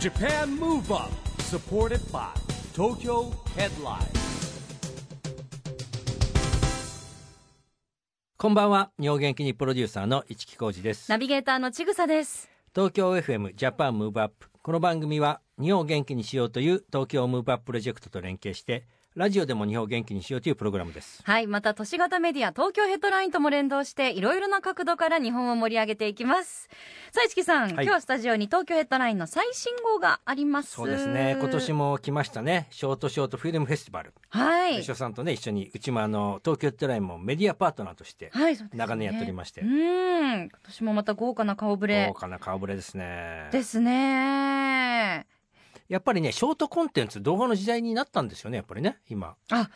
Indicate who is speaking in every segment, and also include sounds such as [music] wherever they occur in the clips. Speaker 1: Japan Move Up supported by Tokyo Headline
Speaker 2: こんばんは日本元気にプロデューサーの市木浩司です
Speaker 3: ナビゲーターのちぐさです。
Speaker 2: 東京 FM ジャパンムーブアップこの番組は日本を元気にしようという東京ムーブアッププロジェクトと連携してラジオでも日本を元気にしようというプログラムです
Speaker 3: はい。また、都市型メディア、東京ヘッドラインとも連動して、いろいろな角度から日本を盛り上げていきます。さあ、市木さん、今日はスタジオに東京ヘッドラインの最新号があります。
Speaker 2: そうですね今年
Speaker 3: も。
Speaker 2: も来ましたねショートショートフィルムフェスティバル
Speaker 3: は
Speaker 2: 別
Speaker 3: い。
Speaker 2: 所さんとね一緒にうちもあの東京ヘッドラインもメディアパートナーとして
Speaker 3: はい、そうですね
Speaker 2: 長年やっておりまして
Speaker 3: うーん。今年もまた豪華な顔ぶれ
Speaker 2: 豪華な顔ぶれですね
Speaker 3: ですね。
Speaker 2: やっぱりねショートコンテンツ動画の時代になったんですよねやっぱりね今
Speaker 3: あ、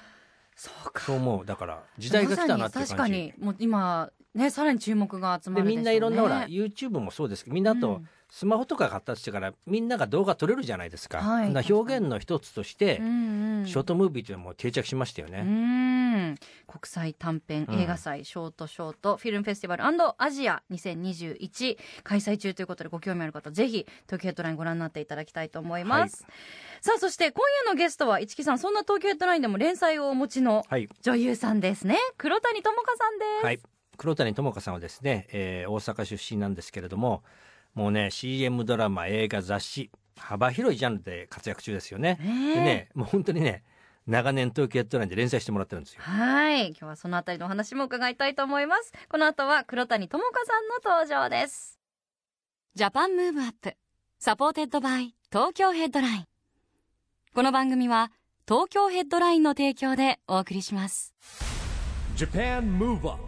Speaker 3: そうか。
Speaker 2: そう思うだから時代が来たなっていう感じ
Speaker 3: まさに確かに、もう今、ね、さらに注目が集ま
Speaker 2: で
Speaker 3: るでしょうね。
Speaker 2: みんないろんなほら YouTube もそうですけどみんなあ
Speaker 3: う
Speaker 2: と
Speaker 3: ん
Speaker 2: スマホとか発達してからみんなが動画撮れるじゃないですか,、
Speaker 3: はい
Speaker 2: 表現の一つとして
Speaker 3: う、んうん。
Speaker 2: ショートムービーというのはもう定着しましたよ
Speaker 3: う
Speaker 2: ね、
Speaker 3: ーん国際短編
Speaker 2: うん
Speaker 3: 映画祭、ショートショートフィルムフェスティバルアジア2021開催中ということでご興味ある方ぜひ東京ヘッドラインご覧になっていただきたいと思います、さあそして今夜のゲストは市木さんそんな東京ヘッドラインでも連載をお持ちの
Speaker 2: はい
Speaker 3: 女優さんですね黒谷友香さんです、
Speaker 2: はい黒谷友香さんはですね、えー大阪出身なんですけれどももうね CM ドラマ映画雑誌幅広いジャンルで活躍中ですよね、
Speaker 3: ねえ
Speaker 2: でねもう本当にね長年東京ヘッドラインで連載してもらってるんですよ
Speaker 3: はい今日はそのあたりのお話も伺いたいと思いますこの後は黒谷友香さんの登場です
Speaker 4: ジャパンムーブアップサポーテッドバイ東京ヘッドラインこの番組は東京ヘッドラインの提供でお送りします
Speaker 1: Japan Move Up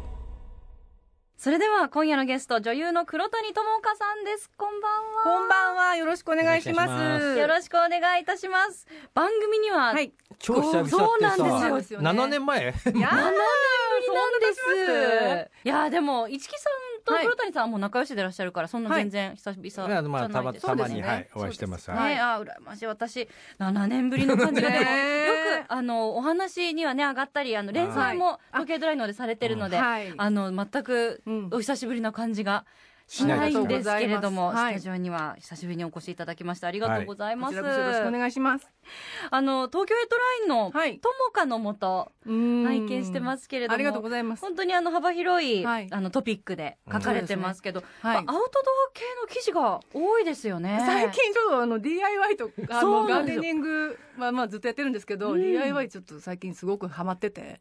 Speaker 3: それでは今夜のゲスト女優の黒谷友香さんですこんばんは
Speaker 5: こんばんは。よろしくお願いしま。
Speaker 2: お願いします
Speaker 3: よろしくお願いいたします番組には、
Speaker 5: はい。
Speaker 2: 超久々ってさ
Speaker 3: そうなんです
Speaker 5: よですよね
Speaker 2: 7年前
Speaker 5: いやー
Speaker 3: そうなんですいやーでも市木さんと
Speaker 5: はい
Speaker 3: 黒谷さんはもう仲良しでいらっしゃるからそんな全然久々じゃ
Speaker 2: いやま
Speaker 3: な
Speaker 2: あ
Speaker 3: いですか
Speaker 2: たまたま
Speaker 5: そう
Speaker 2: に、
Speaker 5: ですね
Speaker 2: はいお会いしてます
Speaker 5: そうです
Speaker 2: はい
Speaker 5: はい
Speaker 3: ね、あ羨ましい私7年ぶりの感じが
Speaker 5: [laughs]
Speaker 3: でもよ
Speaker 5: ね
Speaker 3: くあのお話にはね上がったりあの連載も「時計ドライ」のでされてるので、
Speaker 5: はい
Speaker 3: あの全く
Speaker 5: うん
Speaker 3: お久しぶりな感じがし
Speaker 2: しな
Speaker 3: ないい
Speaker 2: ですね
Speaker 3: んですけれども、
Speaker 5: はい
Speaker 3: スタジオには久しぶりにお越しいただきましてありがとうござい
Speaker 5: こ
Speaker 3: ます、
Speaker 5: ちらこそよろしくお願いします。
Speaker 3: あの東京ヘッドラ
Speaker 5: は
Speaker 3: インの
Speaker 5: い
Speaker 3: 「ともかのもと」拝
Speaker 5: 拝
Speaker 3: 見してますすけれども、
Speaker 5: ありがとうございま
Speaker 3: [laughs]
Speaker 5: す。
Speaker 3: 本当にあの幅広い、
Speaker 5: はい
Speaker 3: あのトピックで書かれてますけど、
Speaker 5: はい
Speaker 3: まあアウトドア系の記事が多いですよね
Speaker 5: 最近ちょっとあの DIY とかあ
Speaker 3: そ
Speaker 5: の
Speaker 3: うな
Speaker 5: ガ
Speaker 3: ん
Speaker 5: ー
Speaker 3: ですよ
Speaker 5: デニングはまあずっとやってるんですけど、
Speaker 3: うん
Speaker 5: DIY ちょっと最近すごくハマってて、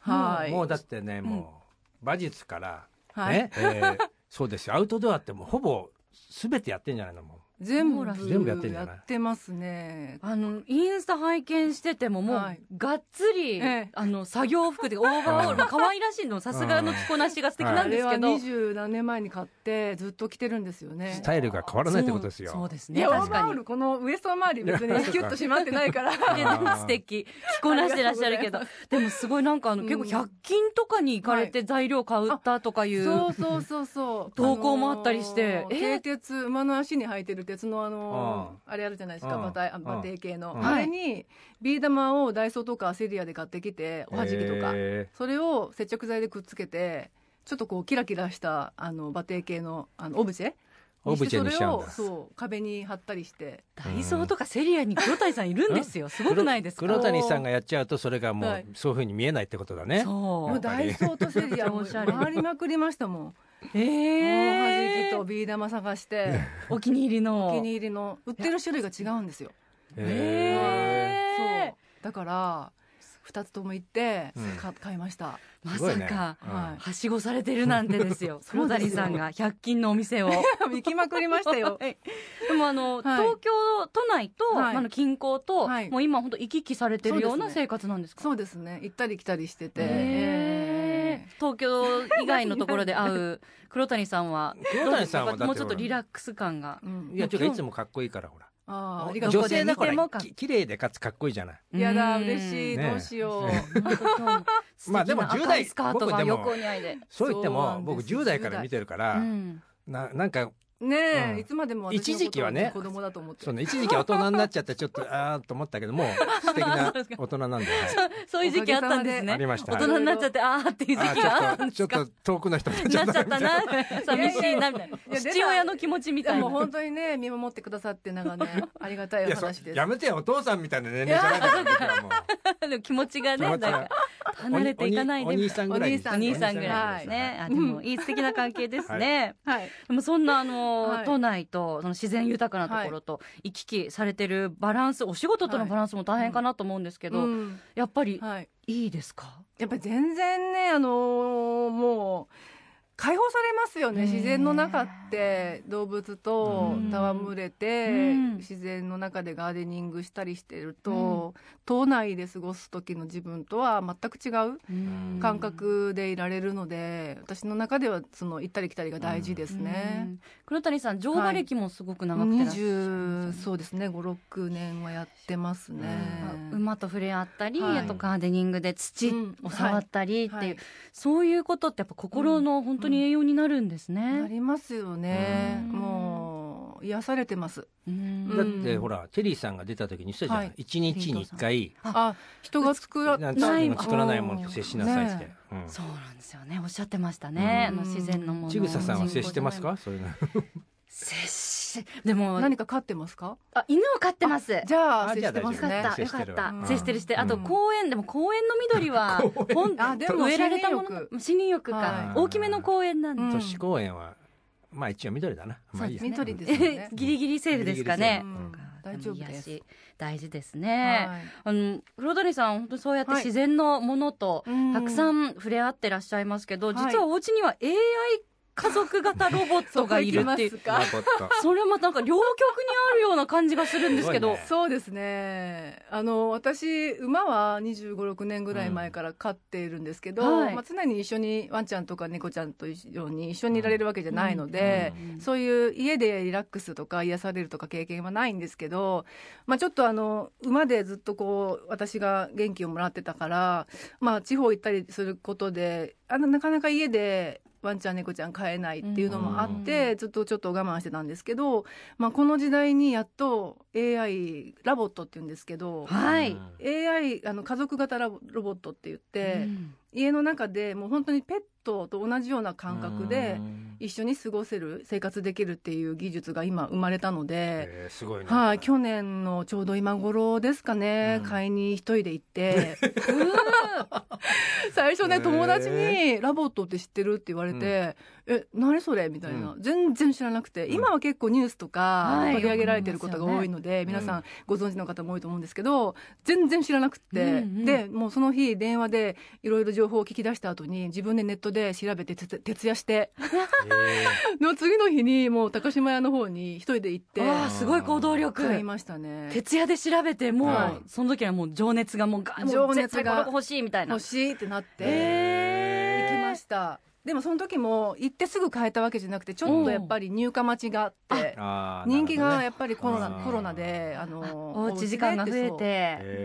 Speaker 5: はい。
Speaker 2: もうだってね、もう馬術から、
Speaker 5: はい
Speaker 2: ね、えー [laughs] そうですよアウトドアってもうほぼ全てやってんじゃないのも
Speaker 5: 全
Speaker 3: も
Speaker 5: 部
Speaker 3: う
Speaker 2: 全部やってんじゃない
Speaker 5: やってますね。
Speaker 3: あのインスタ拝見しててももう、
Speaker 5: はい
Speaker 3: がっつり、
Speaker 5: ええ
Speaker 3: あの作業
Speaker 2: [laughs]
Speaker 3: 服でオーバー
Speaker 2: う
Speaker 3: オール
Speaker 2: ん
Speaker 3: まあ可愛らしいのさすがの着こなしが素敵な
Speaker 5: あ
Speaker 3: んで
Speaker 5: れ
Speaker 3: す
Speaker 5: は
Speaker 3: けど、
Speaker 5: 二十何年前に買ってずっと着てるんですよね
Speaker 2: ス。タイルが変わらないってことですよ
Speaker 3: そうそうです
Speaker 5: い
Speaker 3: ね
Speaker 5: や、オ
Speaker 3: 確
Speaker 5: ーバー
Speaker 3: か
Speaker 5: オー
Speaker 3: に
Speaker 5: ルこのウエスト周り別にキュッと締まってないから。
Speaker 3: で
Speaker 2: あー
Speaker 3: 素敵着こなしてらっしゃるけどでもすごいなんかあの、
Speaker 5: うん
Speaker 3: 結構100均とかに行かれて材料買ったとかいう、
Speaker 5: そうそうそうそう
Speaker 3: [laughs] 投稿もあったりして
Speaker 5: あのー
Speaker 3: え
Speaker 5: 蹄鉄馬の足に履いてる鉄のあのーあれあるじゃないですか
Speaker 2: うん
Speaker 5: 馬体あ
Speaker 2: うん
Speaker 5: 馬蹄系の
Speaker 2: うん
Speaker 5: あれにビー玉をダイソーとかセリアで買ってきておはじきとか
Speaker 2: え
Speaker 5: それを接着剤でくっつけてちょっとこうキラキラしたあの馬蹄系のあのオブジェ
Speaker 2: ーオブジェにしちゃうん
Speaker 5: に
Speaker 2: だ
Speaker 5: してそれをそう壁に貼ったりして
Speaker 3: ダイソーとかセリアに黒谷さんいるんですよすごくないですか
Speaker 2: 黒黒谷さんがやっちゃうとそれがも
Speaker 5: は
Speaker 2: う
Speaker 5: い
Speaker 2: そういうふうに見えないってことだね、
Speaker 3: そ
Speaker 5: も
Speaker 2: や
Speaker 5: う
Speaker 2: っぱ
Speaker 5: ダ
Speaker 2: り
Speaker 5: イソーとセ
Speaker 3: [laughs]
Speaker 5: リアもう
Speaker 3: めちゃめちゃおしゃれ
Speaker 5: 回りまくりましたもん、
Speaker 3: うえ
Speaker 5: もうおはじき
Speaker 3: ー、
Speaker 5: とビー玉探 [laughs] して
Speaker 3: お気に入りの
Speaker 5: お気に入りの売ってる種類が違うんですよ
Speaker 2: え
Speaker 3: えー
Speaker 5: そうだから2つとも行って、
Speaker 2: うん
Speaker 5: か買いました
Speaker 3: ま
Speaker 2: すご
Speaker 3: さ
Speaker 2: いね
Speaker 3: か、
Speaker 2: うん
Speaker 5: は
Speaker 3: はしごされてるなんてですよ
Speaker 5: そ
Speaker 3: 黒
Speaker 5: うです
Speaker 3: 谷
Speaker 5: よ
Speaker 3: さんが100均のお店を
Speaker 5: [laughs] 行きまくりましたよ
Speaker 3: [laughs] はいでもあの、
Speaker 5: はい
Speaker 3: 東京都内と、
Speaker 5: はい
Speaker 3: まああの近郊と、
Speaker 5: はい
Speaker 3: もう今本当行き来されてるような
Speaker 5: そうですね
Speaker 3: 生活なんですか
Speaker 5: [laughs] そうですね行ったり来たりしてて、
Speaker 2: へー
Speaker 5: ええ
Speaker 3: 東京以外のところで会う黒谷さんは
Speaker 2: 黒谷さんはだって
Speaker 3: もうちょっとリラックス感が
Speaker 5: うん
Speaker 2: いやちょっといつもかっこいいからほら
Speaker 5: あーありがと
Speaker 2: 女
Speaker 5: うござ
Speaker 2: 性
Speaker 5: いま
Speaker 2: だから
Speaker 5: す
Speaker 3: どこで見てもかっ
Speaker 2: き綺麗でかつかっこいいじゃない
Speaker 5: やだ
Speaker 3: うん
Speaker 5: 嬉しい、
Speaker 2: ねえ
Speaker 5: どうしよう
Speaker 3: 本当今日も
Speaker 2: まあでも
Speaker 3: 素敵
Speaker 2: 10代
Speaker 3: な赤いスカートが
Speaker 2: 僕でも
Speaker 3: 横にあいで
Speaker 2: そう言って
Speaker 5: そうな
Speaker 2: も
Speaker 5: んです
Speaker 2: 僕10代から見てるから、
Speaker 3: うん
Speaker 2: ななんか
Speaker 5: ねえ、
Speaker 2: うん
Speaker 5: いつまでも私のこと
Speaker 2: 一時期はね
Speaker 5: 子供だと思って
Speaker 2: そうね、一時期大人になっちゃって、ちょっと、あーっと思ったけども、素敵な大人なんで、はい
Speaker 3: そういう時期あったんです
Speaker 2: あり
Speaker 3: ね。
Speaker 2: ました。
Speaker 3: 大
Speaker 2: はい
Speaker 3: 人になっちゃって、あーっていう
Speaker 2: あ
Speaker 3: 時期があったん
Speaker 2: ー
Speaker 3: で
Speaker 2: ちょっと、ち
Speaker 3: す
Speaker 2: ょ
Speaker 3: か
Speaker 2: っ。と遠くの人になっち
Speaker 3: な
Speaker 2: ゃ
Speaker 3: っ
Speaker 2: っ
Speaker 3: ちゃ
Speaker 2: た
Speaker 3: っ
Speaker 2: みた
Speaker 3: た
Speaker 2: いな。
Speaker 3: な、寂しいな、みたいな。父親の気持ちみ
Speaker 5: いや
Speaker 3: たい
Speaker 5: もう
Speaker 3: な。
Speaker 5: 本当にね見守ってくださって
Speaker 2: [laughs]
Speaker 5: 長年ありがたい
Speaker 2: い
Speaker 5: お
Speaker 2: や、そ
Speaker 5: 話です
Speaker 2: やめてよ、お父さんみたいな年齢じゃないですよ僕らもう。
Speaker 3: 気持ちがね、
Speaker 2: 気
Speaker 3: な
Speaker 2: 持
Speaker 3: ん
Speaker 2: ちが
Speaker 3: か離れていかない
Speaker 2: お
Speaker 3: で
Speaker 2: 兄お兄
Speaker 3: みたい
Speaker 2: さんぐらいにして。
Speaker 5: お
Speaker 3: な。お兄さんぐらいです
Speaker 5: お兄さんぐら
Speaker 3: ね。あでもいい素敵な関係ですね。
Speaker 5: はい
Speaker 3: でもそんなあの、
Speaker 5: はい
Speaker 3: 都内とその自然豊かなところと行き来されてるバランス、お仕事とのバランスも大変かなと思うんですけど、
Speaker 5: うん
Speaker 3: やっぱり
Speaker 5: はい
Speaker 3: いいですか、
Speaker 5: やっぱ全然ねあのーもう解放されますよね
Speaker 3: ねえ
Speaker 5: 自然の中って動物と
Speaker 2: うん
Speaker 5: 戯れて、
Speaker 3: うん
Speaker 5: 自然の中でガーデニングしたりしてると、島内で過ごす時の自分とは全く違う
Speaker 2: うん
Speaker 5: 感覚でいられるので、私の中ではその行ったり来たりが大事で
Speaker 3: です
Speaker 5: ね。
Speaker 3: 黒谷さん乗馬歴もすごく長くてらっしゃるん
Speaker 5: 20
Speaker 3: ですよね
Speaker 5: そうですね56年はやってますね、
Speaker 3: まあ馬と触れ合ったり、
Speaker 5: はい
Speaker 3: あとガーデニングで土
Speaker 5: うん
Speaker 3: を触ったりっていう、
Speaker 5: はい
Speaker 3: そういうことってやっぱ心の本当に栄養になるんです
Speaker 5: な
Speaker 3: ね。
Speaker 5: りますよね
Speaker 3: うん
Speaker 5: もう癒されてます
Speaker 3: うん
Speaker 5: う
Speaker 2: だっ
Speaker 5: ん
Speaker 2: てほら、テリーさんが出た時にしたじゃな
Speaker 5: はいい。
Speaker 2: 一日に一回、
Speaker 5: あ人が作ら
Speaker 2: なん
Speaker 5: な
Speaker 2: て
Speaker 3: ないいう
Speaker 2: の作らないものと接しなさいって
Speaker 5: ね。
Speaker 2: うん
Speaker 3: そうなんですよねおっしゃってましたね、
Speaker 5: うん
Speaker 3: あの自然のもの
Speaker 2: ちぐささんは接してますかそういうの。
Speaker 3: 接しでも
Speaker 5: 何か飼ってますか
Speaker 3: あ犬を飼ってます
Speaker 5: じゃあ
Speaker 2: あ
Speaker 5: 接
Speaker 2: じゃあ
Speaker 5: してま
Speaker 3: よ
Speaker 5: す
Speaker 3: か
Speaker 2: 大丈夫
Speaker 5: ね
Speaker 3: った
Speaker 2: 接
Speaker 3: よ
Speaker 2: し
Speaker 3: か
Speaker 2: て
Speaker 3: っ
Speaker 2: る
Speaker 3: た
Speaker 2: うん
Speaker 3: 接してるしてあと
Speaker 5: うん
Speaker 3: 公園でも公園の緑
Speaker 2: [laughs]
Speaker 3: はほん
Speaker 5: あでも
Speaker 3: 植えられたも
Speaker 5: 森
Speaker 3: の
Speaker 5: 林
Speaker 3: 森林浴か
Speaker 5: はい
Speaker 3: 大きめの公園なんで
Speaker 5: うん
Speaker 2: 都市公園は、まあ一応緑だな。まあいいや。
Speaker 5: 緑ですよね
Speaker 3: [laughs] ギリギリセーフですかね
Speaker 5: う
Speaker 2: うん
Speaker 5: ん大丈夫です
Speaker 3: 癒し大事ですね、
Speaker 5: はい
Speaker 3: あの黒谷さん本当にそうやって
Speaker 5: はい
Speaker 3: 自然のものと
Speaker 5: うん
Speaker 3: たくさん触れ合ってらっしゃいますけど、
Speaker 5: い
Speaker 3: 実はお家には AI 家族型ロボットがいるっていう
Speaker 5: そこ行きます
Speaker 2: ロ
Speaker 5: か
Speaker 2: ボット。
Speaker 3: それもなんか両極にあるような感じがするんですけ
Speaker 2: すご
Speaker 3: ど
Speaker 2: いね
Speaker 5: そうですねあの私馬は2 5 6年ぐらい前から飼っているんですけど、
Speaker 3: うんはい
Speaker 5: まあ、常に一緒にワンちゃんとか猫ちゃんと一緒に一緒にいられるわけじゃないので、
Speaker 3: うん
Speaker 5: そういう家でリラックスとか癒されるとか経験はないんですけど、まあ、ちょっとあの馬でずっとこう私が元気をもらってたから、まあ、地方行ったりすることであのなかなか家でワンちゃん猫ちゃん飼えないっていうのもあって、ずっとちょっと我慢してたんですけど、まあ、この時代にやっと AI ラボットって言うんですけど。
Speaker 3: はい、
Speaker 2: うん。
Speaker 5: AI あの家族型ラボロボットって言って、
Speaker 3: うん
Speaker 5: 家の中でもう本当にペットと同じような感覚で
Speaker 2: うん
Speaker 5: 一緒に過ごせる生活できるっていう技術が今生まれたので、
Speaker 2: えーすごいね。
Speaker 5: はい、去年のちょうど今頃ですかね、
Speaker 2: うん
Speaker 5: 買いに一人で行って、
Speaker 3: うー
Speaker 5: 最初
Speaker 2: へ
Speaker 5: ね、
Speaker 2: ー
Speaker 5: 友達にラボットって知ってるって言われて、え、何それみたいな、全然知らなくて、
Speaker 2: ん
Speaker 5: 今は結構ニュースとか
Speaker 3: はい
Speaker 5: 取り上げられてることが多いので、皆さんご存知の方も多いと思うんですけど、全然知らなく
Speaker 3: う
Speaker 5: て、
Speaker 3: んうん
Speaker 5: で、もうその日電話でいろいろ情報を聞き出した後に、自分でネットで調べて徹徹夜して、
Speaker 2: え
Speaker 5: [laughs] の次の日にもう高島屋の方に一人で行って
Speaker 3: わあすごい行動力
Speaker 5: 買いましたね
Speaker 3: 徹夜で調べてもう、
Speaker 2: はい
Speaker 3: その時はもう情熱がもうガーもう
Speaker 5: 情
Speaker 3: 絶
Speaker 5: 熱が
Speaker 3: 対これが欲しいみたいな
Speaker 5: 欲しいってなっ
Speaker 2: ー
Speaker 5: て
Speaker 2: え
Speaker 5: 行きましたでもその時も行ってすぐ買えたわけじゃなくてちょっとやっぱり入荷待ちがあって
Speaker 2: ーあー
Speaker 5: 人気が
Speaker 2: な
Speaker 5: や
Speaker 2: る
Speaker 5: っぱりコロナ,、
Speaker 2: あー
Speaker 5: コロナであ
Speaker 3: あお
Speaker 5: の
Speaker 3: うち時間が増え
Speaker 5: お家でって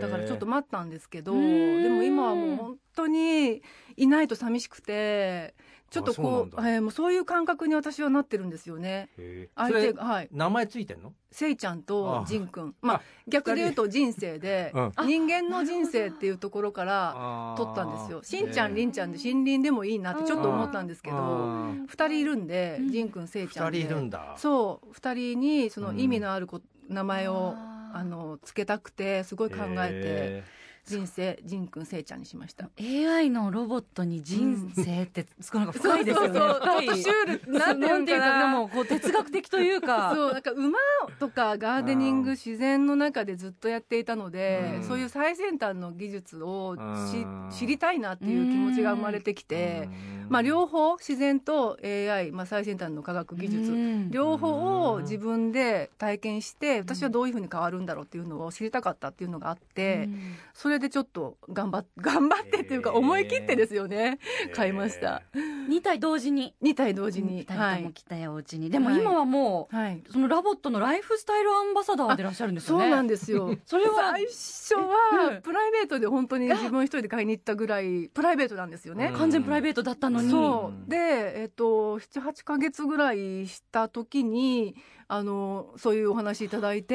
Speaker 2: ほどね、
Speaker 3: て
Speaker 5: そうだからちょっと
Speaker 2: えー
Speaker 5: 待ったんですけど
Speaker 3: うーん
Speaker 5: でも今はもう本当にいないと寂しくてちょっとこう
Speaker 2: あそうなんだ
Speaker 5: えーもうそういう感覚に私はなってるんですよね
Speaker 2: えーそ
Speaker 5: 相手
Speaker 2: れ
Speaker 5: がはい
Speaker 2: 名前ついてんの？
Speaker 5: せいちゃんとジンくん
Speaker 2: あ
Speaker 5: まあ逆で言うと人生で
Speaker 2: うん
Speaker 5: 人間の人生っていうところから取
Speaker 2: 取
Speaker 5: ったんですよしんちゃんり
Speaker 2: ん
Speaker 5: んちゃんで森林でもいいなってちょっと思ったんですけど
Speaker 2: 二
Speaker 5: 2人いるんで
Speaker 3: うん
Speaker 5: ジンくんせいちゃ
Speaker 2: 人
Speaker 5: んで
Speaker 2: いるんだ。
Speaker 5: そう2人にその意味のあるこ名前を
Speaker 3: あー
Speaker 5: あのつけたくてすごい考え
Speaker 2: え
Speaker 5: て人生ジンくんせいちゃんにしました
Speaker 3: AI のロボットに人生って、すごいなんか深いですよね
Speaker 5: そうそうそ
Speaker 3: 深
Speaker 5: う
Speaker 3: い
Speaker 5: ちょっとシュールなんてい
Speaker 3: な
Speaker 5: うんん
Speaker 3: ていう
Speaker 5: か
Speaker 3: か
Speaker 5: な
Speaker 3: でもこう哲学的というか
Speaker 5: [laughs] そうなんか馬とかガーデニン
Speaker 2: うん
Speaker 5: グ自然の中でずっとやっていたので、
Speaker 2: うん
Speaker 5: そういう最先端の技術を
Speaker 2: う
Speaker 5: し
Speaker 2: ん
Speaker 5: 知りたいなっていう気持ちが生まれてき
Speaker 2: ー
Speaker 5: て、
Speaker 2: うん
Speaker 5: まあ、両方自然と AI、まあ、最先端の科学技
Speaker 3: う
Speaker 5: 術
Speaker 3: ん
Speaker 5: 両方を自分で体験して私はどういうふうに変わるんだろうっていうのを知りたかったっていうのがあって、
Speaker 3: うん
Speaker 5: それれでちょっと頑張っ [laughs] 頑張ってっていうか
Speaker 2: へー
Speaker 5: 思い切ってですよね、
Speaker 2: えー
Speaker 5: 買いました
Speaker 3: 2体同時に
Speaker 5: 2体同時に、
Speaker 3: 2
Speaker 5: は
Speaker 3: 人とも
Speaker 5: い、
Speaker 3: 来たようちに、でも今はもう、
Speaker 5: はい、
Speaker 3: そのラボットのライフスタイルアンバサダーでいらっしゃるんです
Speaker 5: そ
Speaker 3: よね
Speaker 5: うなん
Speaker 3: で
Speaker 5: ですよ
Speaker 3: それは
Speaker 5: 最初
Speaker 3: う
Speaker 5: は
Speaker 3: ん
Speaker 5: プライベートで本当に自分一人で買いに行ったぐらいプライベートなんですよね、
Speaker 3: 完全プライベートだったのに
Speaker 5: そうで、えっと78か月ぐらいした時にあのそういうお話いただいて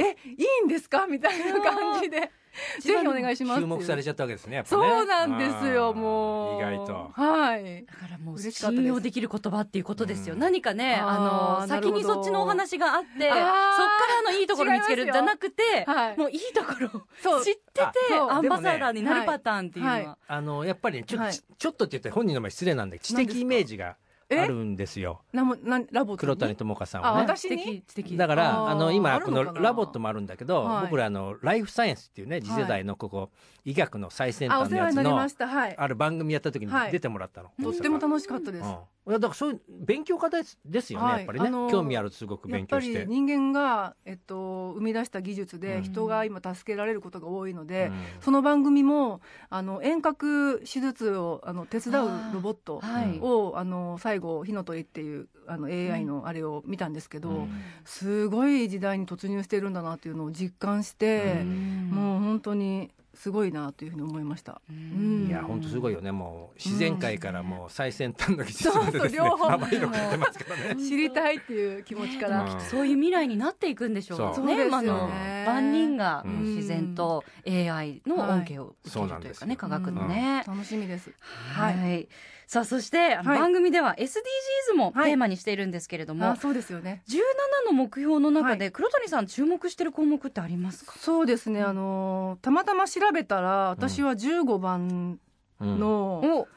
Speaker 5: 「
Speaker 2: え
Speaker 5: えいいんですか?」みたいな感
Speaker 2: [laughs]
Speaker 5: じで「ぜひお願いします」
Speaker 2: 注目され
Speaker 5: て
Speaker 2: ちゃったわけですねやっぱね
Speaker 5: そうなんです
Speaker 2: あ
Speaker 5: よ
Speaker 2: ー
Speaker 5: もう
Speaker 2: 意外と
Speaker 5: はい
Speaker 3: だからもう
Speaker 5: 嬉しかったで
Speaker 3: 信
Speaker 5: す
Speaker 3: 用できる言葉っていうことですよ、
Speaker 2: うん
Speaker 3: 何かねあ
Speaker 5: あー
Speaker 3: の
Speaker 5: な
Speaker 3: 先
Speaker 5: るほど
Speaker 3: にそっちのお話があってそっ
Speaker 5: あー
Speaker 3: からのいいところ見つける
Speaker 5: 違
Speaker 3: じ
Speaker 5: います
Speaker 3: ゃ
Speaker 5: よ
Speaker 3: なくて、
Speaker 5: はい
Speaker 3: もういいところ
Speaker 5: そ
Speaker 3: を
Speaker 5: う
Speaker 3: 知ってて
Speaker 2: あ
Speaker 5: そう
Speaker 3: アンバ
Speaker 2: で
Speaker 3: サ
Speaker 2: も
Speaker 3: ダー
Speaker 2: ね
Speaker 3: になるパターンっていうのは、
Speaker 5: はいはい
Speaker 2: あのやっぱりねちょ,、
Speaker 5: はい
Speaker 2: ちちょっとって言って本人の前失礼なんで知
Speaker 5: 何です
Speaker 2: 的
Speaker 5: か
Speaker 2: イメージが
Speaker 5: え
Speaker 2: あるんですよ
Speaker 5: なもなラボットに
Speaker 2: 黒谷智香さん
Speaker 5: あ
Speaker 2: はね
Speaker 5: 私に
Speaker 3: 素敵素敵
Speaker 2: だから
Speaker 5: あ
Speaker 2: あ
Speaker 5: ー
Speaker 2: の
Speaker 5: あ
Speaker 2: 今
Speaker 5: る
Speaker 2: こ
Speaker 5: のかな
Speaker 2: のラボットもあるんだけど、
Speaker 5: はい
Speaker 2: 僕らあのライフサイエンスっていうね次世代のここ、医学の最先
Speaker 5: あお
Speaker 2: 端の
Speaker 5: 世
Speaker 2: や
Speaker 5: 話
Speaker 2: つ
Speaker 5: になり
Speaker 2: の
Speaker 5: ましたはい
Speaker 2: ある番組やった時に
Speaker 5: はい
Speaker 2: 出てもらったの、
Speaker 5: とっても楽しかったです、
Speaker 2: うん、いやだからそういう勉強家ですですよね、
Speaker 5: はい
Speaker 2: やっぱりね、
Speaker 5: あのー
Speaker 2: 興味あるとすごく
Speaker 5: やっ
Speaker 2: 勉
Speaker 5: ぱ
Speaker 2: 強し
Speaker 5: り
Speaker 2: て。
Speaker 5: 人間が、えっと、生み出した技術
Speaker 2: う
Speaker 5: で
Speaker 2: ん
Speaker 5: 人が今助けられることが多いので、
Speaker 2: うん
Speaker 5: その番組もあの遠隔手術をあの手伝うロボット
Speaker 3: はい、
Speaker 5: をあの最後火の鳥っていうあの AI のあれを見たんですけど、
Speaker 2: うん
Speaker 5: すごい時代に突入してるんだなっていうのを実感して、
Speaker 3: も
Speaker 5: もう本当にすごいなというふうに思いました。
Speaker 3: うん
Speaker 2: いや本当すごいよねもう自然界からもう最先端の技術までですね、
Speaker 5: そうそう両方
Speaker 2: 幅広くやってますからね。
Speaker 5: 知りたいっていう気持ちか
Speaker 3: でもき
Speaker 5: ら、
Speaker 3: っとそういう未来になっていくんでしょう
Speaker 2: そう
Speaker 5: そうですよ
Speaker 3: あ
Speaker 5: ね
Speaker 3: の万人が
Speaker 2: うん
Speaker 3: 自然と AI の恩恵を受けるというかね、
Speaker 2: はい
Speaker 3: 科学のね、
Speaker 5: うん楽しみです。
Speaker 3: はい、さあそして、あの
Speaker 5: はい
Speaker 3: 番組では SDGs もテ
Speaker 5: はい
Speaker 3: ーマにしているんですけれども、
Speaker 5: あそうですよね。
Speaker 3: 17の目標の中
Speaker 5: は
Speaker 3: で黒谷さん注目してる項目ってありますか、
Speaker 5: そうですね、あのたまたま調べたら私は15番
Speaker 2: うん
Speaker 5: の、
Speaker 3: お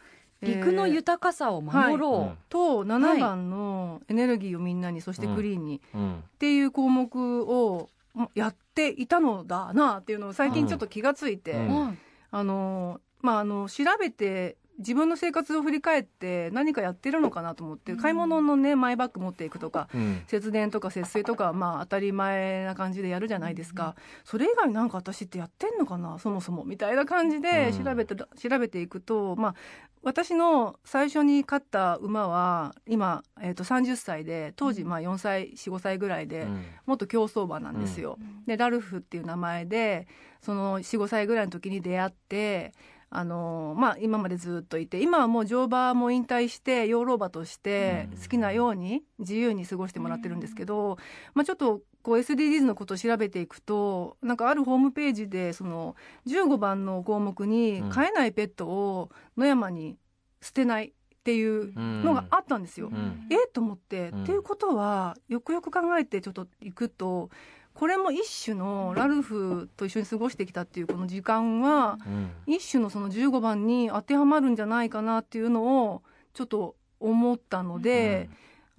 Speaker 5: えー
Speaker 3: 陸の豊かさを守ろう、
Speaker 2: はいうん
Speaker 5: と7番のエネルギーをみんなにそしてクリーンに、っ
Speaker 2: うん
Speaker 5: ていう項目をもやっていたのだなっていうのを最近ちょっと気がついて、
Speaker 2: うん
Speaker 3: はい
Speaker 5: あのまああの調べて自分の生活を振り返って何かやってるのかなと思って、買い物のねマイバッグ持っていくとか
Speaker 2: うん
Speaker 5: 節電とか節水とかまあ当たり前な感じでやるじゃないですか、それ以外なんか私ってやってんのかなそもそもみたいな感じで
Speaker 2: うん
Speaker 5: 調べて,、調べていくとまあ私の最初に飼った馬は今、えー、と30歳で当時まあ4歳45歳ぐらいで、もっと競走馬なんですよ。でラルフっていう名前でその45歳ぐらいの時に出会って。あのまあ、今までずっといて今はもう乗馬も引退して養老馬として
Speaker 2: うん
Speaker 5: 好きなように自由に過ごしてもらってるんですけど、まあ、ちょっとこう SDGs のことを調べていくとなんかあるホームページでその15番の項目に
Speaker 2: うん
Speaker 5: 飼えないペットを野山に捨てないっていう
Speaker 2: うん
Speaker 5: のがあったんですよ。
Speaker 2: うん
Speaker 5: えっと思って、
Speaker 2: うん
Speaker 5: っていうことはよくよく考えてちょっと行くとこれも一種のラルフと一緒に過ごしてきたっていうこの時間は
Speaker 2: うん
Speaker 5: 一種のその15番に当てはまるんじゃないかなっていうのをちょっと思ったので、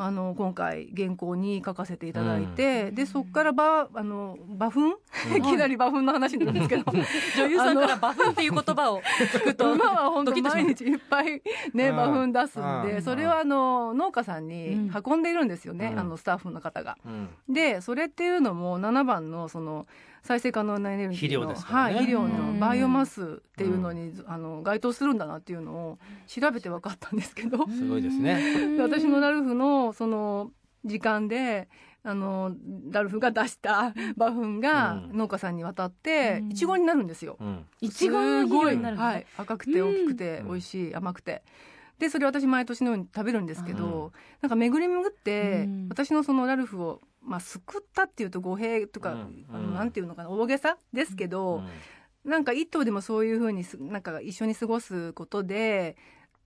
Speaker 5: あの今回原稿に書かせていただいて、でそこからばあの馬糞、いきなり馬糞の話になるんですけど
Speaker 3: [laughs] 女優さんからバフンっていう言葉を聞くと
Speaker 5: 馬は本
Speaker 3: ド
Speaker 5: 当
Speaker 3: キッとします
Speaker 5: 毎日いっぱいね
Speaker 2: うん
Speaker 5: 馬糞出すん
Speaker 2: う
Speaker 5: で
Speaker 2: ん
Speaker 5: それはあの農家さんに運んでいるんですよね、
Speaker 2: うん
Speaker 5: あのスタッフの方が。
Speaker 2: うん
Speaker 5: でそれっていうのも7番のその再生可能なエネルギー
Speaker 2: 肥料
Speaker 5: の
Speaker 2: ですからね
Speaker 5: はい、肥料
Speaker 3: う
Speaker 5: の
Speaker 3: ん
Speaker 5: バイオマスっていうのに、あの該当するんだなっていうのを調べて分かったんですけど、
Speaker 2: すごいですね。
Speaker 5: で私のラルフのその時間であのラルフが出した馬糞が
Speaker 2: うん
Speaker 5: 農家さんに渡っていちごになるんですよ。
Speaker 2: うん
Speaker 3: いちごの肥料になるんだ
Speaker 5: はい、赤くて大きくて
Speaker 2: うん
Speaker 5: 美味しい、甘くてでそれ私毎年のように食べるんですけ
Speaker 2: うん
Speaker 5: どなんか巡り巡って、
Speaker 3: うん
Speaker 5: 私のそのラルフをまあ救ったっていうと語弊とか、
Speaker 2: うん
Speaker 5: あ
Speaker 2: うん
Speaker 5: のなんていうのかな大げさですけ
Speaker 2: う
Speaker 5: ど、
Speaker 2: ん
Speaker 5: なんか一頭でもそういうふうにすなんか一緒に過ごすことで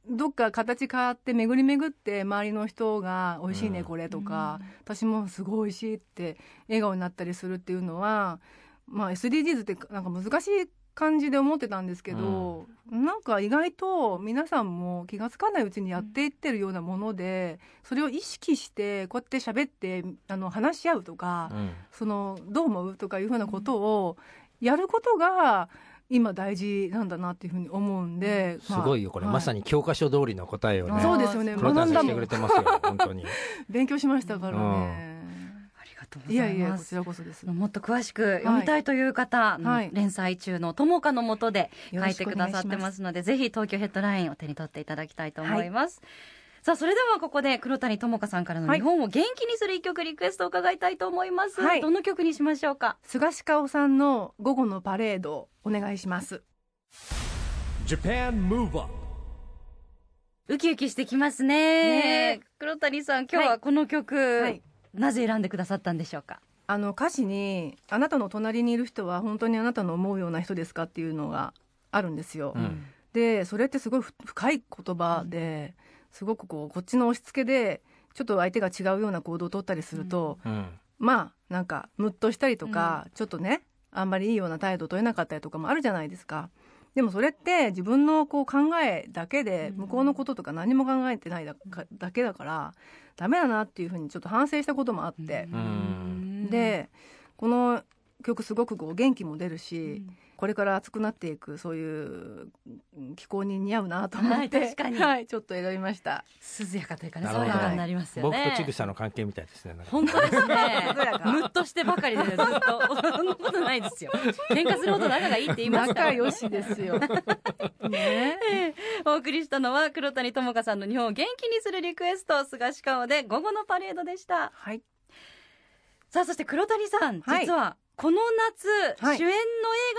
Speaker 5: どっか形変わって巡り巡って周りの人が「美味しいね
Speaker 2: うん
Speaker 5: これ」とか、私もすごい美味しいって笑顔になったりするっていうのは、まあ、SDGs ってなんか難しい感じで思ってたんですけど、なんか意外と皆さんも気が付かないうちにやっていってるようなものでそれを意識してこうやって喋ってあの話し合うとか、
Speaker 2: うん
Speaker 5: そのどう思うとかいうふうなことをやることが今大事なんだなっていうふうに思うんで、
Speaker 2: すごいよこれまさ
Speaker 5: に、
Speaker 2: に教科書通りの答えを
Speaker 5: は
Speaker 2: ね
Speaker 5: いそうですよね
Speaker 2: 黒
Speaker 5: 学
Speaker 2: 田
Speaker 5: ん
Speaker 2: さ
Speaker 5: だ
Speaker 2: んし
Speaker 5: も
Speaker 2: てくれ
Speaker 5: ん
Speaker 2: てますよ本当に。
Speaker 5: 勉強しましたからね。
Speaker 3: ありがとうご
Speaker 5: い
Speaker 3: ざ
Speaker 5: や
Speaker 3: い
Speaker 5: いや
Speaker 3: ま
Speaker 5: こ
Speaker 3: す
Speaker 5: ちらこそです。
Speaker 3: もっと詳しく読みたいという方、
Speaker 5: いはい
Speaker 3: 連載中の友果の下で
Speaker 5: よ
Speaker 3: 書
Speaker 5: ろ
Speaker 3: い
Speaker 5: してくお
Speaker 3: く
Speaker 5: 願
Speaker 3: だ
Speaker 5: い
Speaker 3: さ
Speaker 5: し
Speaker 3: っ
Speaker 5: ます
Speaker 3: てますのでぜひ東京ヘッドラインを手に取っていただきたいと思います、さあそれではここで黒谷友香さんからの
Speaker 5: はい
Speaker 3: 日本を元気にする一曲リクエストを伺いたいと思います、
Speaker 5: はい
Speaker 3: どの曲にしましょうか
Speaker 5: 菅氏香さんの午後のパレードをお願いします。
Speaker 1: Japan Move Up
Speaker 3: ウキウキしてきますね
Speaker 5: ねえ
Speaker 3: 黒谷さん今日はこの曲、
Speaker 5: はい
Speaker 3: なぜ選んでくださったんでしょうか
Speaker 5: あの歌詞に「あなたの隣にいる人は本当にあなたの思うような人ですか?」っていうのがあるんですよ。
Speaker 2: うん
Speaker 5: でそれってすごいふ深い言葉ですごくこうこっちの押し付けでちょっと相手が違うような行動を取ったりすると、
Speaker 2: うん
Speaker 5: まあなんかムッとしたりとか、ちょっとねあんまりいいような態度取れなかったりとかもあるじゃないですか。でもそれって自分のこう考えだけで
Speaker 3: うん
Speaker 5: 向こうのこととか何も考えてないだかだけだからダメだなっていうふうにちょっと反省したこともあって、
Speaker 2: ん
Speaker 5: でこの曲すごくこう元気も出るし、
Speaker 3: うん
Speaker 5: これから暑くなっていくそういううん気候に似合うなと思って、
Speaker 3: はい確かに
Speaker 5: はいちょっと選びました。
Speaker 3: 涼やかというかね
Speaker 2: なるほ
Speaker 3: 爽
Speaker 2: ど
Speaker 3: やかになりますよね
Speaker 2: 僕とちぐさの関係みたいですねなんか
Speaker 3: 本当です [laughs] ね
Speaker 5: 穏や。か
Speaker 3: ムッとしてばかりでずっと。 [laughs] そんなことないですよ。喧嘩するほど仲がいいって言いましたから
Speaker 5: 仲良しで
Speaker 3: [laughs]
Speaker 5: すよ。ね。
Speaker 3: お送りしたのは黒谷友香さんの日本を元気にするリクエスト、菅氏顔で午後のパレードでした。
Speaker 5: はい。
Speaker 3: さあ、そして黒谷さん、
Speaker 5: はい
Speaker 3: 実はこの夏、
Speaker 5: はい
Speaker 3: 主演の映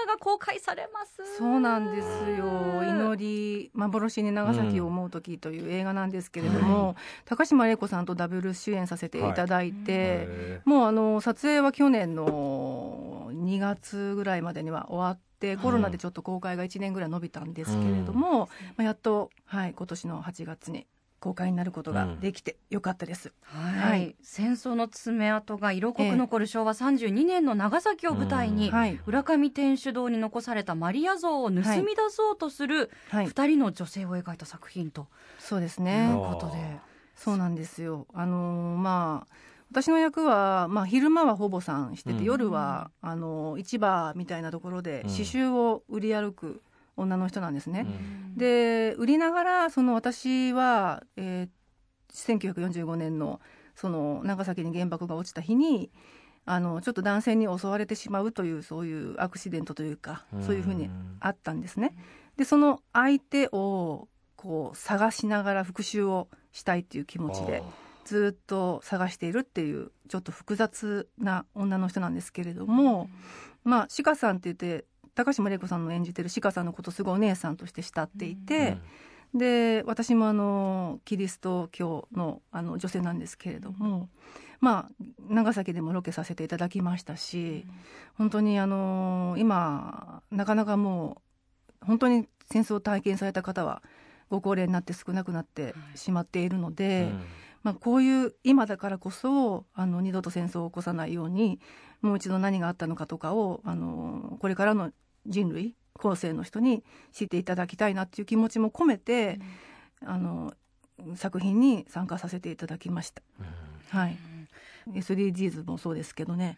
Speaker 3: 画が公開されます。
Speaker 5: そうなんですよ。祈り幻に長崎を思う時という映画なんですけれども、高島玲子さんとダブル主演させていただいて。
Speaker 2: へ
Speaker 5: もうあの撮影は去年の2月ぐらいまでには終わってコロナでちょっと公開が1年ぐらい伸びたんですけれども、まあ、やっと、はい、今年の8月に公開になることができてよかったです。
Speaker 3: はい、
Speaker 5: はい
Speaker 3: 戦争の爪痕が色濃く残る昭和32年の長崎を舞台に、
Speaker 2: うん
Speaker 5: はい
Speaker 3: 浦上天主堂に残されたマリア像を盗み出そうとする
Speaker 5: はい、
Speaker 3: 二人の女性を描いた作品と
Speaker 5: そうです
Speaker 3: とい
Speaker 5: ね
Speaker 3: うことで、
Speaker 5: そうなんですよ。あのーまあ私の役は、まあ、昼間はほぼさんしてて、
Speaker 2: うん
Speaker 5: 夜はあのー市場みたいなところで
Speaker 2: うん
Speaker 5: 刺繍を売り歩く女の人なんですね。
Speaker 2: うん
Speaker 5: で売りながらその私は、えー1945年のその長崎に原爆が落ちた日にあのちょっと男性に襲われてしまうというそういうアクシデントというかそういうふうにあったんですね。でその相手をこう探しながら復讐をしたいっていう気持ちでずっと探しているっていうちょっと複雑な女の人なんですけれども、まあシカさんって言って高島玲子さんの演じてるシカさんのことすごいお姉さんとして慕っていて。で私もあのキリスト教のあの女性なんですけれども、まあ、長崎でもロケさせていただきましたし、本当にあの今なかなかもう本当に戦争を体験された方はご高齢になって少なくなってしまっているので、まあ、こういう今だからこそあの二度と戦争を起こさないようにもう一度何があったのかとかをあのこれからの人類後世の人に知っていただきたいなっていう気持ちも込めて、あの作品に参加させていただきました。はい、SDGs もそうですけどね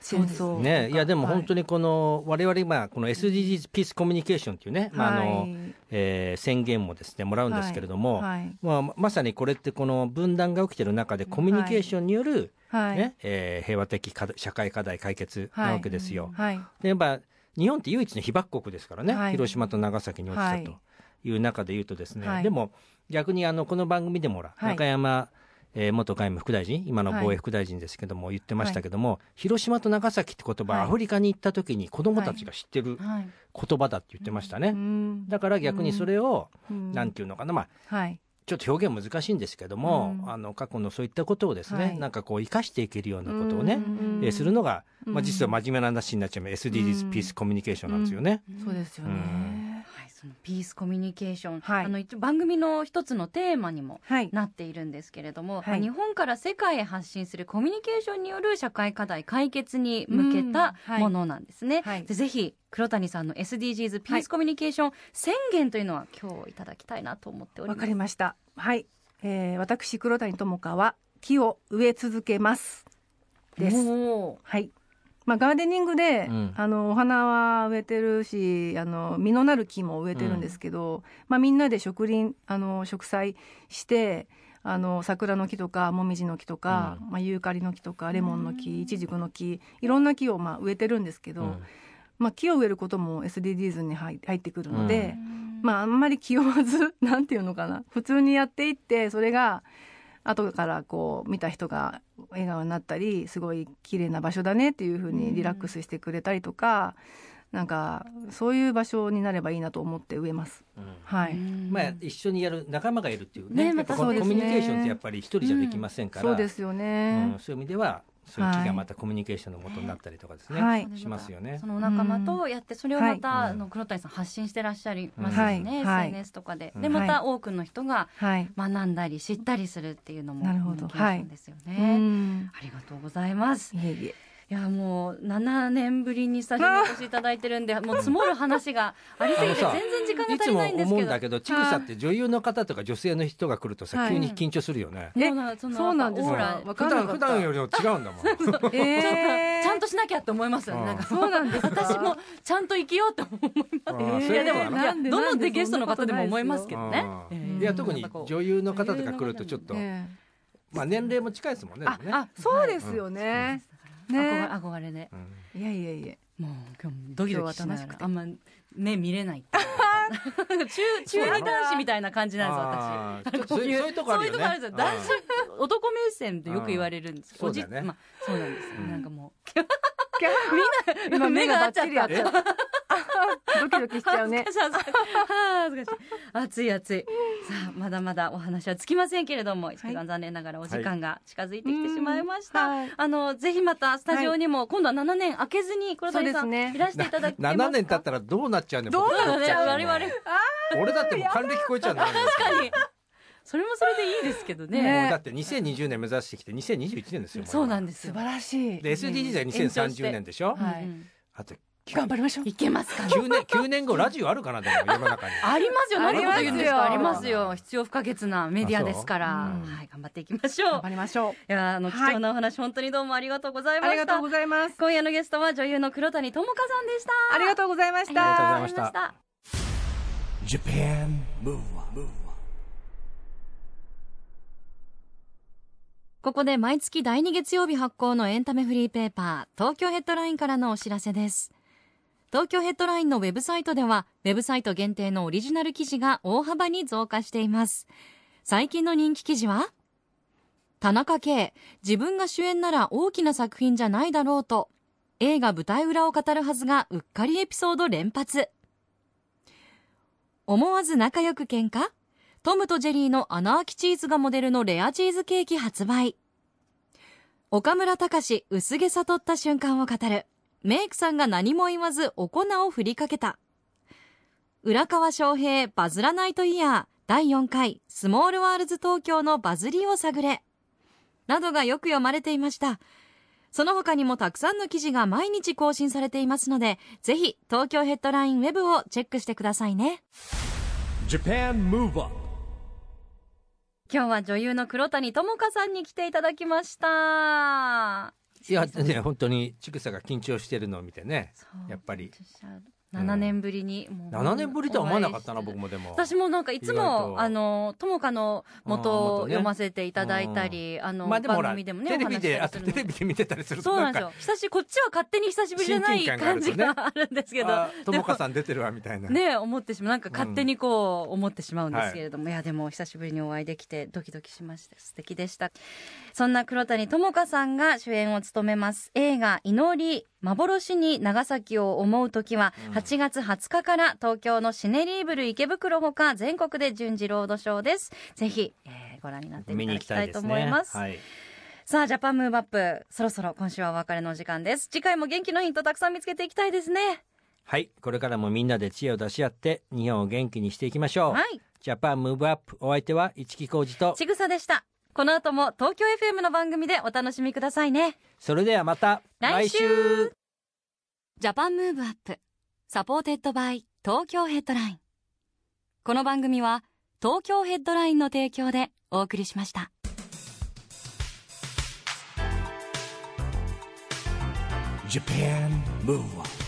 Speaker 5: 戦争
Speaker 2: ね、いやでも本当
Speaker 5: に、
Speaker 2: にこの我々今この SDGs ピースコミュニケーションっていうね、まああのえー宣言もですねもらうんですけれども、
Speaker 5: はいはい
Speaker 2: まあ、まさにこれってこの分断が起きてる中でコミュニケーションによる、
Speaker 5: はい
Speaker 2: ねえー平和的課題社会課題解決
Speaker 5: はい
Speaker 2: なわけですよ。
Speaker 5: はい
Speaker 2: でやっぱ日本って唯一の被爆国ですからね、
Speaker 5: はい
Speaker 2: 広島と長崎に落ちたという中で言うとですね、
Speaker 5: はい
Speaker 2: でも逆にあのこの番組でもほら、
Speaker 5: はい
Speaker 2: 中山、えー元外務副大臣今の防衛副大臣ですけども、言ってましたけども、広島と長崎って言葉、
Speaker 5: はい
Speaker 2: アフリカに行った時に子どもたちが知ってる
Speaker 3: はい
Speaker 2: 言葉だって言ってましたね。
Speaker 5: うん
Speaker 2: だから逆にそれを、
Speaker 5: うん
Speaker 2: なんていうのかな、まあ、
Speaker 5: はい
Speaker 2: ちょっと表現難しいんですけども、
Speaker 5: うん
Speaker 2: あの過去のそういったことをですね、
Speaker 5: はい
Speaker 2: なんかこう生かしていけるようなことをね、
Speaker 5: うん
Speaker 2: えーするのが、ま
Speaker 5: う
Speaker 2: あ、
Speaker 5: ん
Speaker 2: 実は真面目な話になっちゃう SDGs ピースコミュニケーションなんですよね。
Speaker 5: そうですよ
Speaker 2: う
Speaker 5: ね
Speaker 2: ん。
Speaker 3: はい、そのピースコミュニケーション、
Speaker 5: はい
Speaker 3: あの一応番組の一つのテーマにも
Speaker 5: はい。
Speaker 3: なっているんですけれども、
Speaker 5: はい
Speaker 3: まあ日本から世界へ発信するコミュニケーションによる社会課題解決に向けた
Speaker 5: うんはい
Speaker 3: ものなんですね、
Speaker 5: はい
Speaker 3: でぜひ黒谷さんの SDGs ピースコミュニケーション宣言というのは今日いただきたいなと思っており
Speaker 5: わ
Speaker 3: ます
Speaker 5: かりました。はい。えー、私黒谷友香は木を植え続けます。です。
Speaker 3: おー
Speaker 5: はい。まあガーデニングで、
Speaker 2: うん
Speaker 5: あのお花は植えてるし、あの実のなる木も植えてるんですけど、まあみんなで植林あの植栽して。あの桜の木とかもみじの木とか、
Speaker 2: う
Speaker 5: まあ、ユーカリの木とかレモンの木いちじくの木いろんな木をまあ植えてるんですけど、
Speaker 2: うん
Speaker 5: まあ、木を植えることも SDGs に入入ってくるので、
Speaker 4: まあ、
Speaker 5: まあ、あんまり気負わず [laughs] なんていうのかな普通にやっていってそれが後からこう見た人が笑顔になったりすごい綺麗な場所だねっていうふうにリラックスしてくれたりとか、なんかそういう場所になればいいなと思って植えます。
Speaker 2: うん
Speaker 5: はい、
Speaker 2: まあ、一緒にやる仲間がいるっていうね
Speaker 5: ねま
Speaker 2: やったぱこの
Speaker 5: そうです
Speaker 2: コ
Speaker 5: ね
Speaker 2: ミュニケーションってやっぱり一人じゃできませんから、
Speaker 5: そうですよ
Speaker 2: うん
Speaker 5: ね、
Speaker 2: そういう意味ではそういう木
Speaker 5: はい
Speaker 2: がまたコミュニケーションのもとになったりとかですね、
Speaker 5: はい
Speaker 3: そうで
Speaker 2: しますよね
Speaker 3: そ。のお仲間とやってそれをまた、
Speaker 2: はい
Speaker 3: あの黒谷さん発信してらっしゃいますよね、
Speaker 5: うんはい
Speaker 3: SNS とかで、
Speaker 2: はい
Speaker 3: でまた多くの人が
Speaker 5: はい、
Speaker 3: 学んだり知ったりするっていうのも
Speaker 5: なるほど
Speaker 3: コミュニケーションですよね、
Speaker 5: うん
Speaker 3: ありがとうございます
Speaker 5: いえいえ
Speaker 3: いやもう7年ぶりにスタジオにお越しいただいてるん
Speaker 5: [laughs]
Speaker 3: でもう積もる話がありすぎて
Speaker 2: あのさ
Speaker 3: 全然時間が
Speaker 2: い
Speaker 3: 足
Speaker 2: つ
Speaker 3: りな
Speaker 2: も
Speaker 3: いんです
Speaker 2: 思う
Speaker 3: け
Speaker 2: ん
Speaker 3: ど
Speaker 2: だけど、ちぐさって女優の方とか女性の人が来るとさ、
Speaker 5: はい
Speaker 2: 急に緊張するよね。
Speaker 5: え
Speaker 3: もその
Speaker 5: そうなんです
Speaker 3: オー
Speaker 5: か
Speaker 3: ラ
Speaker 5: わ
Speaker 2: 普
Speaker 5: かんな
Speaker 2: 段
Speaker 5: か
Speaker 2: 普
Speaker 5: った
Speaker 2: 段よりも違うんだもん。
Speaker 5: [laughs] えー
Speaker 3: ちょっと
Speaker 5: [laughs]
Speaker 3: ちゃんとしなきゃって思いますよね
Speaker 2: うん
Speaker 3: なんか
Speaker 5: そうなんですか
Speaker 3: 私もちゃんと生きようと思います
Speaker 2: あー
Speaker 5: えー
Speaker 2: そういうこと
Speaker 5: いや
Speaker 2: な
Speaker 5: で
Speaker 2: の
Speaker 5: も
Speaker 3: いや
Speaker 5: なんで
Speaker 3: ど
Speaker 5: なん
Speaker 3: の
Speaker 5: で
Speaker 3: でゲストの方でも思いますけどね
Speaker 2: あー
Speaker 5: うん
Speaker 2: いや特に
Speaker 3: なんかこう
Speaker 2: 女優の方とか来るとちょっと、
Speaker 5: え
Speaker 2: まあ年齢も近いですもんね。でもね
Speaker 5: えあそうですよね、ね
Speaker 3: 憧れ憧れで
Speaker 2: うん
Speaker 5: いやいやいや
Speaker 3: もう今日もドキドキしなが
Speaker 5: 今日は楽しく
Speaker 3: ら
Speaker 5: て
Speaker 3: あんま目見れないっていう中中二男子みたいな感じなん
Speaker 2: あー
Speaker 3: です
Speaker 2: ちょっと
Speaker 3: 私
Speaker 2: そういうそういうとこあ
Speaker 3: そう
Speaker 2: る
Speaker 3: いう
Speaker 2: よ
Speaker 3: とこあ
Speaker 2: ね
Speaker 3: るんですよ。
Speaker 2: あ
Speaker 3: 男
Speaker 2: ー
Speaker 3: 子男目線でよく言われるんですけど
Speaker 2: うん
Speaker 3: おじ
Speaker 2: そうだね
Speaker 3: まあそうなんですよなんかも
Speaker 5: [laughs] みんな
Speaker 3: 目が合っちゃった
Speaker 5: 目がバッチリ合っちゃった [laughs] ドキドキしち
Speaker 3: う
Speaker 5: ゃうね
Speaker 3: [laughs] 恥ずかしい恥ずかしいはあ恥ずかしい暑い暑いさあまだまだお話はつきませんけれども一時間残念ながらお時間が近づいてきてしまいました、
Speaker 5: はい
Speaker 3: あのぜひまたスタジオにも、今度は7年開けずに黒谷さん、
Speaker 5: そうですね
Speaker 3: いらしていただきますか
Speaker 2: 7年経ったらどうなっちゃうね
Speaker 3: どうなのね
Speaker 2: 僕
Speaker 3: 我々
Speaker 2: 俺だってもう還暦超えちゃうんだよ
Speaker 3: 確かにそれもそれでいいですけどね
Speaker 5: ね
Speaker 2: もうだって2020年目指してきて2021年ですよ
Speaker 3: そうなん
Speaker 2: で
Speaker 3: です
Speaker 5: 素
Speaker 3: よ、
Speaker 5: 晴らしい
Speaker 2: で SDGs は2030年でしょ、
Speaker 5: はい
Speaker 3: うん
Speaker 2: あと
Speaker 5: 頑張りましょう
Speaker 3: いけますかね
Speaker 2: 9年9年後ラジオあるかなでも世の中に
Speaker 3: ありますよ
Speaker 5: あ
Speaker 3: 何
Speaker 5: り
Speaker 3: のこ
Speaker 5: ます
Speaker 3: と
Speaker 5: よ
Speaker 3: 言うんですかありますよ必要不可欠なメディアですから、
Speaker 5: あ
Speaker 2: そううん
Speaker 3: はい、頑張っていきましょう
Speaker 5: 頑張りましょう
Speaker 3: いやーあの貴
Speaker 5: はい
Speaker 3: 重なお話、本当にどうもありがとうございま
Speaker 5: あり
Speaker 3: し
Speaker 5: がと
Speaker 3: た
Speaker 5: うございます
Speaker 3: 今夜のゲストは女優の黒谷友香さんでした
Speaker 5: ありがとうございました
Speaker 2: ありがとうございました
Speaker 1: Japan Move Up
Speaker 4: ここで毎月第2月曜日発行のエンタメフリーペーパー、東京ヘッドラインからのお知らせです。東京ヘッドラインのウェブサイトでは、ウェブサイト限定のオリジナル記事が大幅に増加しています。最近の人気記事は田中圭、自分が主演なら大きな作品じゃないだろうと、映画舞台裏を語るはずがうっかりエピソード連発。思わず仲良く喧嘩トムとジェリーの穴あきチーズがモデルのレアチーズケーキ発売。岡村隆史、薄毛悟った瞬間を語る。メイクさんが何も言わずお粉を振りかけた。浦川翔平、バズらないとイヤー、第4回、スモールワールズ東京のバズりを探れ。などがよく読まれていました。その他にもたくさんの記事が毎日更新されていますので、ぜひ東京ヘッドラインウェブをチェックしてくださいね。
Speaker 1: Japan Move Up
Speaker 3: 今日は女優の黒谷友香さんに来ていただきました
Speaker 2: いやね本当にちぐさが緊張してるのを見てね
Speaker 3: そう
Speaker 2: やっぱり
Speaker 3: 7年ぶりに、もう
Speaker 2: 7年ぶりとは思わなかったな
Speaker 3: お会いして
Speaker 2: 僕もでも
Speaker 3: 私もなんかい
Speaker 2: 意
Speaker 3: つ
Speaker 2: 外
Speaker 3: も
Speaker 2: と
Speaker 3: あの友香の元を
Speaker 2: あー元ね
Speaker 3: 読ませていただいたりあの、
Speaker 2: まあでもほら
Speaker 3: 番組でもね
Speaker 2: テレビで
Speaker 3: お話
Speaker 2: あ
Speaker 3: しした
Speaker 2: と
Speaker 3: りす
Speaker 2: テ
Speaker 3: る
Speaker 2: レ
Speaker 3: の
Speaker 2: ビで見てたりすると
Speaker 3: そうなん
Speaker 2: か
Speaker 3: ですよ久しこっちは勝手に久しぶりじゃない
Speaker 2: 親近感があ
Speaker 3: 感
Speaker 2: ると
Speaker 3: じ
Speaker 2: ね
Speaker 3: があるんですけど
Speaker 2: あーともかさん出てるわみたいな、
Speaker 3: ね思ってしまうなんか勝手にこう思ってしまうんですけれども、い、やでも久しぶりにお会いできてドキドキしました素敵でしたそんな黒谷友香さんが主演を務めます映画「祈り幻に長崎を思う時は」8月20日から東京のシネリーブル池袋ほか全国で順次ロードショーですぜひ、えーご覧になってい
Speaker 2: 見
Speaker 3: た
Speaker 2: に行
Speaker 3: だき
Speaker 2: きた
Speaker 3: た
Speaker 2: い
Speaker 3: い
Speaker 2: で
Speaker 3: と
Speaker 2: す
Speaker 3: 思い
Speaker 2: ね
Speaker 3: ます
Speaker 2: はい
Speaker 3: さあジャパンムーブアップそろそろ今週はお別れの時間です次回も元気のヒントたくさん見つけていきたいですね
Speaker 2: はい、これからもみんなで知恵を出し合って日本を元気にしていきましょう、
Speaker 3: はい
Speaker 2: ジャパンムーブアップお相手は市木浩二と
Speaker 3: ちぐさでした。この後も東京 FM の番組でお楽しみくださいね。
Speaker 2: それではまた
Speaker 3: 来週
Speaker 4: ジャパンムーブアップサポーテッドバイ東京ヘッドラインこの番組は東京ヘッドラインの提供でお送りしました
Speaker 1: Japan Move Up